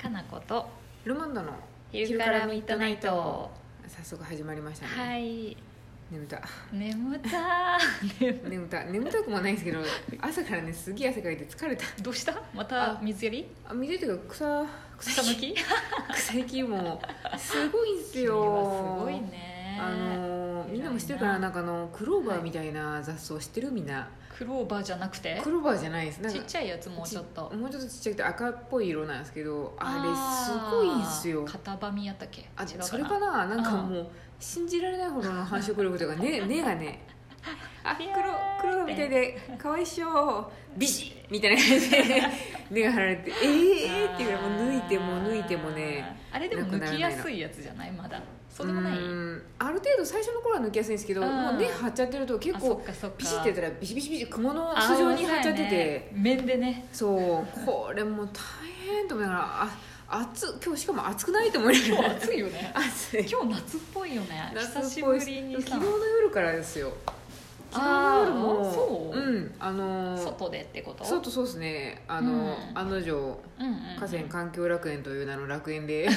かなことルマンドの昼からミッドナイト早速始まりましたね、はい眠た 眠たー眠た眠たくもないんですけど朝からねすげえ汗かいて疲れたどうしたまたあ水やりあ見ててか草草 草抜木き草木もすごいんです君はよすごいねあのーみんなも知ってるか偉なないなんかあのクローバーみたいな雑草知ってるみんなクローバーじゃなくてクローバーじゃないですなんちかっちゃいやつもうちょっともうちょっとちっちゃくて赤っぽい色なんですけどあれすごいんですよ片ばみやったっけあ違うなそれかななんかもう信じられないほどの繁殖力というか ね根がねあピ黒ューって黒みたいでかわいっしょビシッみたいな感 じで根が張られてえー、えーっていうぐらいもう抜いても抜いてもねあーあれでもなくなら抜なきいやなすいやつじゃないまだそうでもないうーんある程度最初の頃は抜きやすいんですけどうんもう根張っちゃってると結あそっ構かそっかビシッてやったらビシビシビシ雲のあー巣状に張っちゃそってうやねて面でねそう,、これもう大変と思いながらあ暑今日しかも暑くないと思いな今が日ら暑いよね 暑い今日夏っぽいよね久夏しっぽぶいりにさ昨日の夜からですよ昨日のあ夜ーもそう、んあのー外でってこと外そうですねあのー、うん案の定うんうん河川環境楽園という名の楽 園で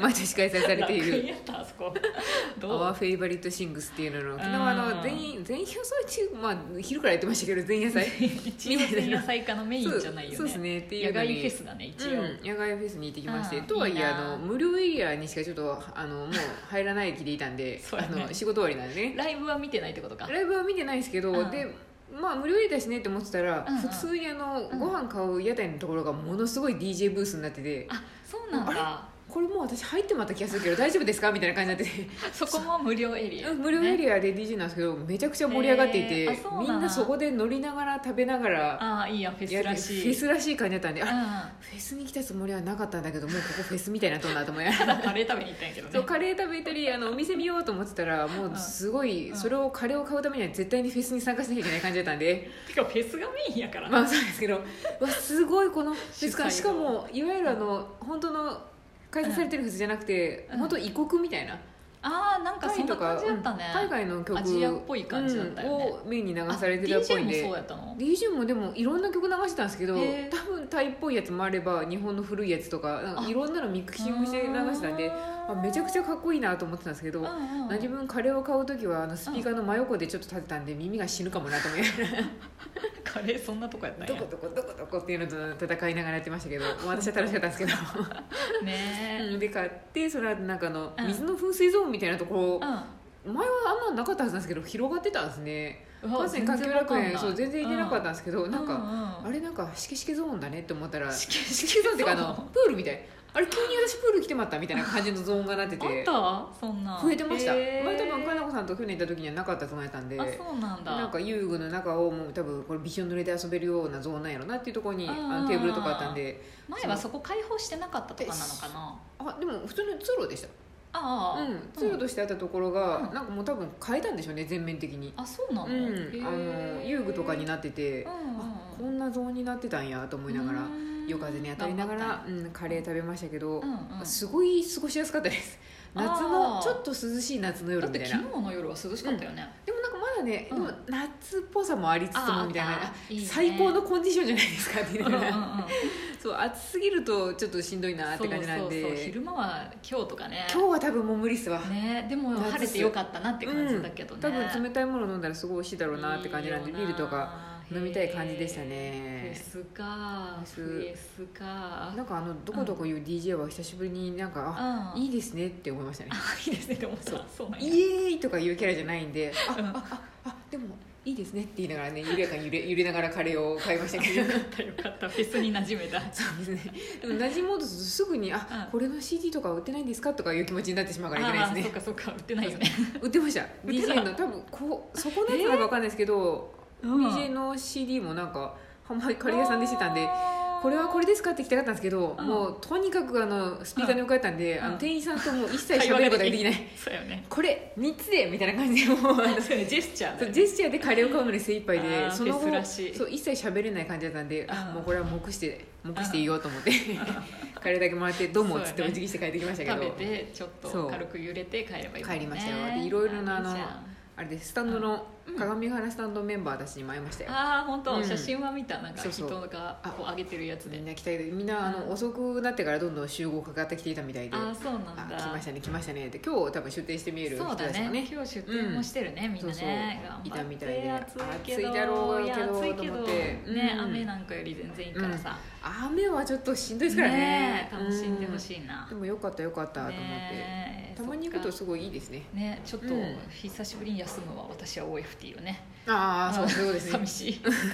毎年開催されてい楽園るやったあそこ「ど Our う Favorite Things」っていうのの昨日うんあの全員全野菜中まあ昼からやってましたけど全野菜一応 前夜祭家のメインじゃないよねそうそうですねっていう野の外にフェスだね一応、うん、野外フェスに行ってきまして、うんとはいいいえなあの無料エリアにしかちょっとあのもう入らない気でいたんで そうやねあの仕事終わりなんでねライブは見てないってことかライブは見てないですけど、うんでまあ無料入れだしねって思ってたら、うんうん普通にあの、うんご飯買う屋台のところがものすごい DJ ブースになっててあそうなんだこれもう私入ってもらった気がする けど大丈夫ですかみたいな感じになってそこも無料エリてア、無料エアリアで DJ なんですけどめちゃくちゃ盛り上がっていて、へーあそうなんみんなそこで乗りながら食べながらああいいやんフェスやらるしいフェスらしい感じだったんで、うんあたフェスに来たつもりはなかったんだけどもうここフェスみたいになっとんなと 思いながらだカレー食べに行ったんやけどねそうカレー食べたりあのお店見ようと思ってたらもうすごい、うんそれをカレーを買うためには絶対にフェスに参加しなきゃいけない感じだったんでてかフェスがメインやから、まあそうですけどわすごいこの主催のですからしかもいわゆるあの本当の開催されてるフェスじゃなくて、うん本当異国みたいな、ああなんかそんな感じだったね、うん海外の曲アジアっぽい感じだったよねうんをメインに流されてたっぽいあ DJ もそんうでやったの DJ もでもいろんな曲流してたんですけど多へー分タイっぽいやつもあれば日本の古いやつとかなんかいろんなのミックシングして流してたんであめちゃくちゃかっこいいなと思ってたんですけど、うんうん自分カレーを買う時はあのスピーカーの真横でちょっと立てたんで耳が死ぬかもなと思いながらカレーそんなとこやったんどやこどこどこどこっていうのと戦いながらやってましたけ ど私は楽しかったんですけどねえ うんで買ってそれはなんかあのうん水の噴水ゾーンみたいなとこうろ前はあんまなかったはずなんですけど広がってたんですねんうわ河川環境楽園そう全然行けなかったんですけどうなんかうあれなんかしけしけゾーンだねって思ったらししけしけけしけゾーンだっていうか あのプールみたいあれ急に私プール来てまったみたいな感じのゾーンがなってあってたそんな増えてましたへえ前多分かなこさんと去年行った時にはなかったつもりだったんであそうなんだなんか遊具の中をもう多分これびしょ濡れで遊べるようなゾーンなんやろなっていうところにあーあのテーブルとかあったんで前はそこ開放してなかったとかなのかなあでも普通の通路でしたああうん通路としてあったところが、うんなんかもう多分変えたんでしょうね全面的にあそうなうのん、あの遊具とかにっなってて、うんあこんなゾーンになってたんやと思いながら夜風に当たりながら、うん、カレー食べましたけど、うんうんすごい過ごしやすかったです夏あのーちょっと涼しい夏のだ夜っみてたいな昨日の夜は涼しかったよねでもなんかまだね、うんでも夏っぽさもありつつあもみたいあっなたいいね最高のコンディションじゃないですかっていううんうんうんそう暑すぎるとちょっとしんどい なって感じなんでそうそうそう昼間は今日とかね今日は多分もう無理っすわ、ねでも夏晴れてよかったなって感じだけどね、多分冷たいもの飲んだらすごい美味しいだろうなって感じなんいでいよビールとか飲みたい感じでしたへーねフェスかフフェェスかなんかあのどこどこいう DJ は久しぶりになんか、あうんいいですねって思いましたねあいいですねって思ったそうそうなんやイエーイとかいうキャラじゃないんであうんああでもいいですねって言いながらね緩やかに揺れ揺れながらカレーを買いまし た けどよかったよかったフェスに馴染めたそうですね。でも馴染もうとするとすぐにあ、うんこれの CD とか売ってないんですかとかいう気持ちになってしまうからいけなあいあでそすっかね。そっか売ってないよね売ってました。売ってた DJ の多分こうそこのやつなのかわかんないですけうど、ん DJ の CD もなんか販売カレー屋さんでしてたんで。これはこれですかって聞きたかったんですけど、うんもうとにかくあのスピーカーに置かれたんで、うんあうんの店員さんともう一切喋ることができないそうよねこれ3つでみたいな感じでも うあのそうよねジェスチャーだそうよジねェスチャーでカレーを買うのに精一杯あでーそのフェ後スらしいそう一切喋れない感じだったんであうんもうこれは黙して黙していようと思ってカレーだけもらって「どうも」っつってそうやねお辞儀して帰ってきましたけ食べどてちょっそとう軽く揺れて帰ればいいもんね帰りましたよでいろいろなあのいいじゃんあれですスタンドのうん鏡ヶ原スタンドメンバーたちにも会いましたよああ本う当ん写真は見たなんかそうそ人うがこう上げてるやつみでんな来たけどみんなあの、うん遅くなってからどんどん集合かかってきていたみたいでああそうなんあだ来ましたね来ましたねって今日多分出店して見える人そうただちがねね今日出店もしてるね、みんなねそうそういた頑張みったいてで暑いけど暑いだろういけどや暑いとけど思ってね、うん雨なんかより全然いいからさ、雨はちょっとしんどいですからね楽しんでほい、しいな、でもよかったよかったと思って、ねえたまに行くとそっかすごいいいですねねちょっとうん久しぶりに休むは私は OFT よね、ああそううんそうですね寂しい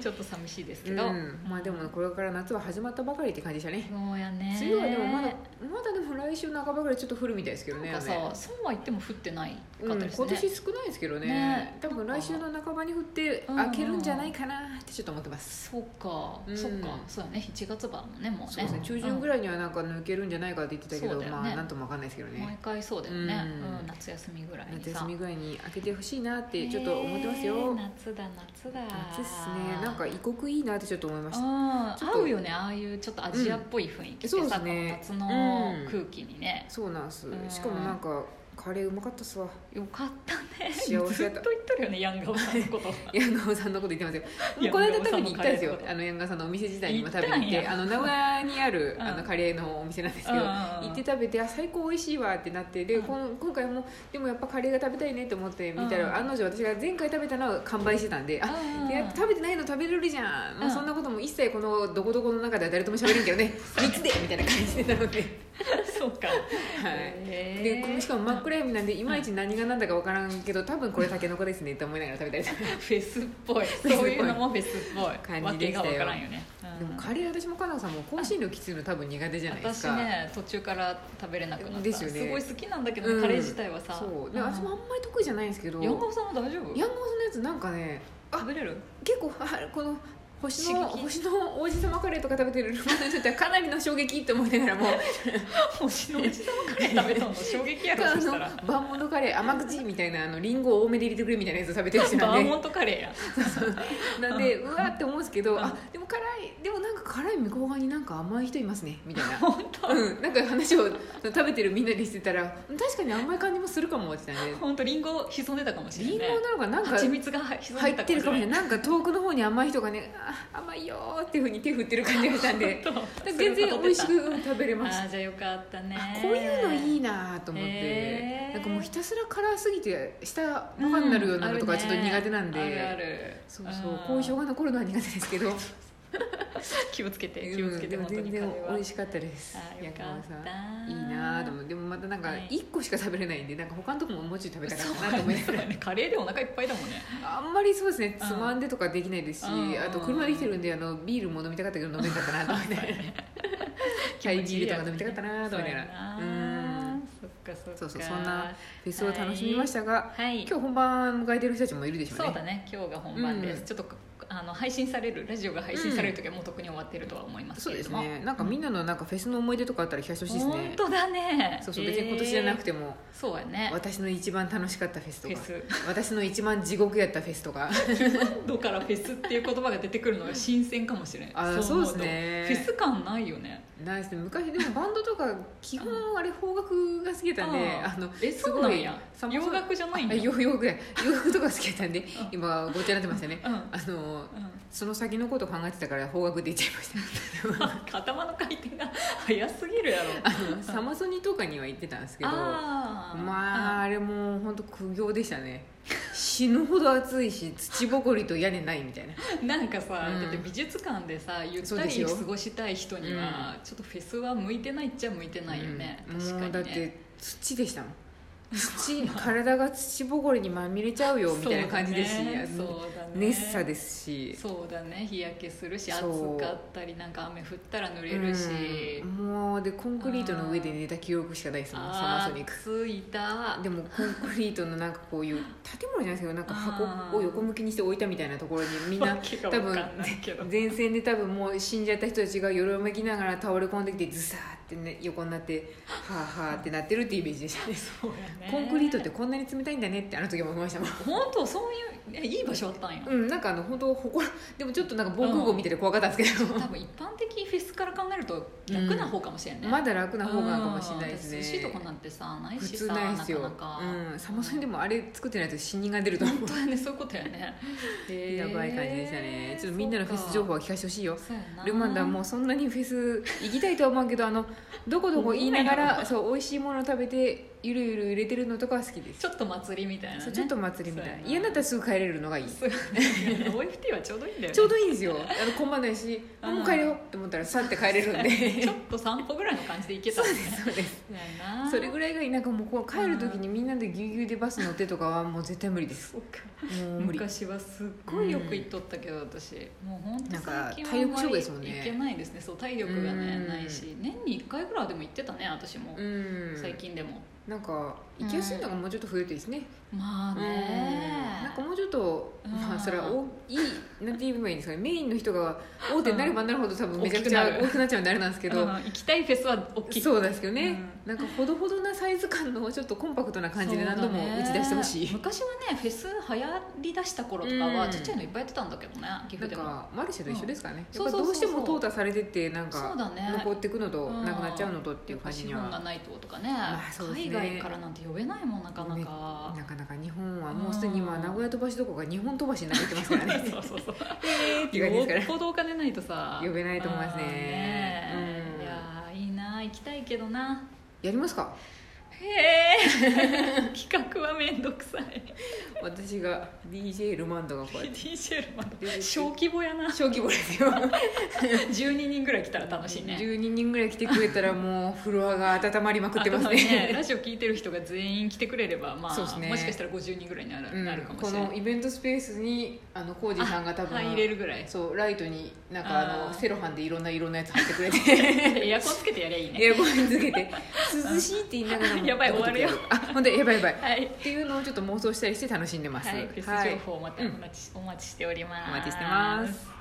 ちょっと寂しいですけうんど、まあでもこれから夏は始まったばかりって感じでしたねそうやね梅雨はでもまだまだでも来週半ばぐらいちょっと降るみたいですけどねなんかさそうは言っても降ってない雨かっうんた今ですね、年少ないですけどねね多分来週の半ばに降ってうん開けるんじゃないかなってちょっと思ってます、そうか、うんそっかそうやね7月版もねもうねそうですね中旬ぐらい、らいにはなんか抜けるんじゃないかって言ってたけそど、うだよねまあなんともわかんないですけどうん毎ね回そうだよね、うんうん夏休みぐらいに夏さ休みぐらいに開けてほしいなっねてちょっと思ってますよ、夏だ夏だ夏っすねなんか異国いいなってちょっと思いましたあちょっと合うよねああいうちょっとアジアっぽい雰囲気ってさ、うんそうですねこの夏の空気にね、そうなんすうんしかもなんかカレーうまかったっすわよかったね幸せだったずっと言っとるよねヤンガオさんのことヤンガオさんのこと言 ってますよもうこの間食べに行ったんですよあのヤンガオさんのお店自体にも食べに行って行ったんやあの名古屋にあるうんあのカレーのお店なんですけどうん行って食べ てあ最高美味しいわってなってで、うんこん今回もでもやっぱカレーが食べたいねって思って見たら、うん案の定私が前回食べたのは完売してたんで、あでやっぱ食べてないの食べれるじゃん、もううんそんなことも一切このどこどこの中では誰とも喋れんけどね 3つでみたいな感じでなので、そうか、はいへーでしかも真っ暗闇なんでいまいち何が何だか分からんけど多分これタケノコですねって思いながら食べたりとかフェスっぽいっぽいそういうのもフェスっぽい感わじでけしたがよわからんよね、うでんもカレー私もカナさんも香辛料きついの多分苦手じゃないです私かね途中から食べれなくなったですよねごい好きなんだけど、うんカレー自体はさそううでん私もあんまり得意じゃないんですけどヤンガオさんは大丈夫ヤンゴースのやつなんかね食べれ る結構あこの星の刺激星の王子様カレーとか食べてる人にとってはかなりの衝撃って思いなが らも星のおじさまカレー食べたの衝撃やろあそしたらの万物カレー甘口みたいなあのリンゴ多めで入れてくれみたいなやつ食べてる人なバーんモでントカレーやなんでうわって思うんですけうどんあでも辛いでもなんか辛い向こう側になんか甘い人いますねみたいな。本当うん、なんか話を食べてるみんなでしてたら確かに甘い感じもするかもって言ってたんで本当リンゴ潜んでたかもしれなリいンゴなのかなんか蜂蜜が潜ん入でったてるかもしれいないなんか遠くの方に甘い人がねあ甘いよーっていうふうに手振ってる感じがした んで本当全然美味しそれはく食べれ食べまたしあたーじゃあよかったねあこういうのいいなーと思って、へーなんかもうひたすら辛すぎて舌バカになるようなのとかちょっと苦手なんで、うあるねあるあるそうそう後遺症がが残るのは苦手ですけど気をつけて気をつけてうん本で当にも全カレー然は美味しかったですあーよか山っさたんいいなーと思ってでもまたなんかはい1個しか食べれないんでなんか他のとこももうちょい食べたかそうったなと思いながそうらだね カレーでお腹いっぱいだもんねあんまりそうですねうんつまんでとかできないですし、うんあと車で来てるんであのビールも飲みたかったけど飲めなかったなと思って ハイビールとか飲みたかったなと思いながらそううやなんそっかそっかそうそうそんなフェスを楽しみましたが、はい今日本番迎えてる人たちもいるでしょうねそうだね今日が本番です、うんちょっとあの配信されるラジオが配信される時はもう特に終わってるとは思いますそけうれでどすも、ねなんかみんなのなんかフェスの思い出とかあったら聞かせてほしいです本ね当だねそうそう別に今年じゃなくて、ても、えーそうやね私の一番楽しかったフェスフとェかス私の一番地獄やったフェスとか度からフェスっていう言葉が出てくるのが新鮮かもしれないあー思とそうですねフェス感ないよねないですね昔でもバンドとか基本あれ邦楽が好きだったんでああのえそうなんやすごい洋楽じゃないんだあ洋洋服や洋服とか好きだったんでん今ごっちゃになってましたねうんあのうんその先のこと考えてたから方角で言っちゃいました 頭の回転が早すぎるやろあのサマソニとかには行ってたんですけどあーまああれもう本当苦行でしたね死ぬほど暑いし土ぼこりと屋根ないみたいななんかさ、うんだって美術館でさゆっそうたですりよ過ごしたい人には、ちょっとフェスは向いてないっちゃ向いてないよね、うん確かに、ね、もうだって土 でしたもん土体が土ぼこりにまみれちゃうよみたいな感じですし、そうだね熱さですすしそうだね日焼けするし暑そうかったりなんか雨降ったら濡れるし、うんもうでコンクリートの上で寝た記憶しかないですもんサマあソニックー着いたでもコンクリートのなんか こういう建物じゃないですけどなんかあ箱ーを横向きにして置いたみたいなところにみんわ なけが多わ分かんないけど前線で多分もう死んじゃった人たちがよろめきながら倒れ込んできてズサーって、ね、横になってはあはあってなってるってイメージでしたそうやねコンクリートってこんなに冷たいんだねってあの時も思いましたもん本当そういうえいい場所あったんや、うん、なんかあの本当ほこらでもちょっとなんか防空壕見てて怖かったんですけど、多分一般的フェスから考えると楽な方かもしれない、まだ楽な方がかもしれないですね、うん涼しいとこなんてさない普しさ通ないですよなかなか、うん、サマソニでもあれ作ってないと死人が出ると思本当だねそういうことやねうやばい感じでしたねちょっとみんなのフェス情報は聞かせてほしいよそうやなルマンダもうそんなにフェス行きたいとは思うけどあのどこどこ言いながらそう美味しいものを食べてゆるゆる揺れてるのとかは好きですちょっと祭りみたいな、ね、そうちょっと祭りみたそういやな嫌になったらすぐ帰れるのがいいそうやね OFT はちょうどいいんだよねちょうどいいんですよあの困んないしあもう帰れようって思ったらさって帰れるんで ちょっと散歩ぐらいの感じで行けたんねそうですそうやなそれぐらいがいいなんかもうこう帰る時にみんなでぎゅうぎゅうでバス乗ってとかはもう絶対無理ですそうかもう無理昔はすっごいよく行っとったけど私もう本当なんか最近は体力勝負ですあもんんまねり行けないですねそう体力がうねんないし年に1回ぐらいはでも行ってたね私もうん最近でもなんか行きやすいのがもうちょっと増えていいですねまあねなんかもうちょっと、うんまあ、それはおいいなんて言えばいいんですかねメインの人が大手になればなるほど多分めちゃくちゃ大きくなる大きくなっちゃうんであれなんですけうどん行きたいフェスは大きいそうですけどね、なんかほどほどなサイズ感のちょっとコンパクトな感じで何度もそうだね打ち出してほしい、昔はねフェス流行りだした頃とかはうんちっちゃいのいっぱいやってたんだけどね岐な阜んでもかマルシェと一緒ですからね、うんやっぱそうどそううしそてうそうも淘汰されてってなんそかうだね残っていくのとうんなくなっちゃうのとっていう感じ資に本はがないととかねまあそうです海ね外からなんて呼べないもんなかなねかなかなか日本はもうすでに今名古屋飛ばしどころか日本飛ばしになってきてますからね そうそう そうって感じですからよっぽどお金ないとさ呼べないと思いますねあーねうんいやーいいな行きたいけどなやりますかへえ 企画はめんどくさい 私が DJ ルマンドがこうやって DJ のまだ 小規模やな小規模です よ12人ぐらい来たら楽しい ね12人ぐらい来てくれたらもうフロアが温まりまくってますあとはねラジオ聞いてる人が全員来てくれれば、まそうですあねもしかしたら50人ぐらいになる,、 うんなるかもこしれないのイベントスペースにあのコージさんが多分あ入れるぐ らいそうライトになんかああーのセロハンでいろんないろんなやつ貼ってくれて エアコンつけてやりゃいいねエアコンにつ けて涼しいって言いながらもやばい終わるよあほんでやばいやばいはい、っていうのをちょっと妄想したりして楽しんでますはい、フェス情報をまたお待ち,、お待ちしておりますお待ちしてます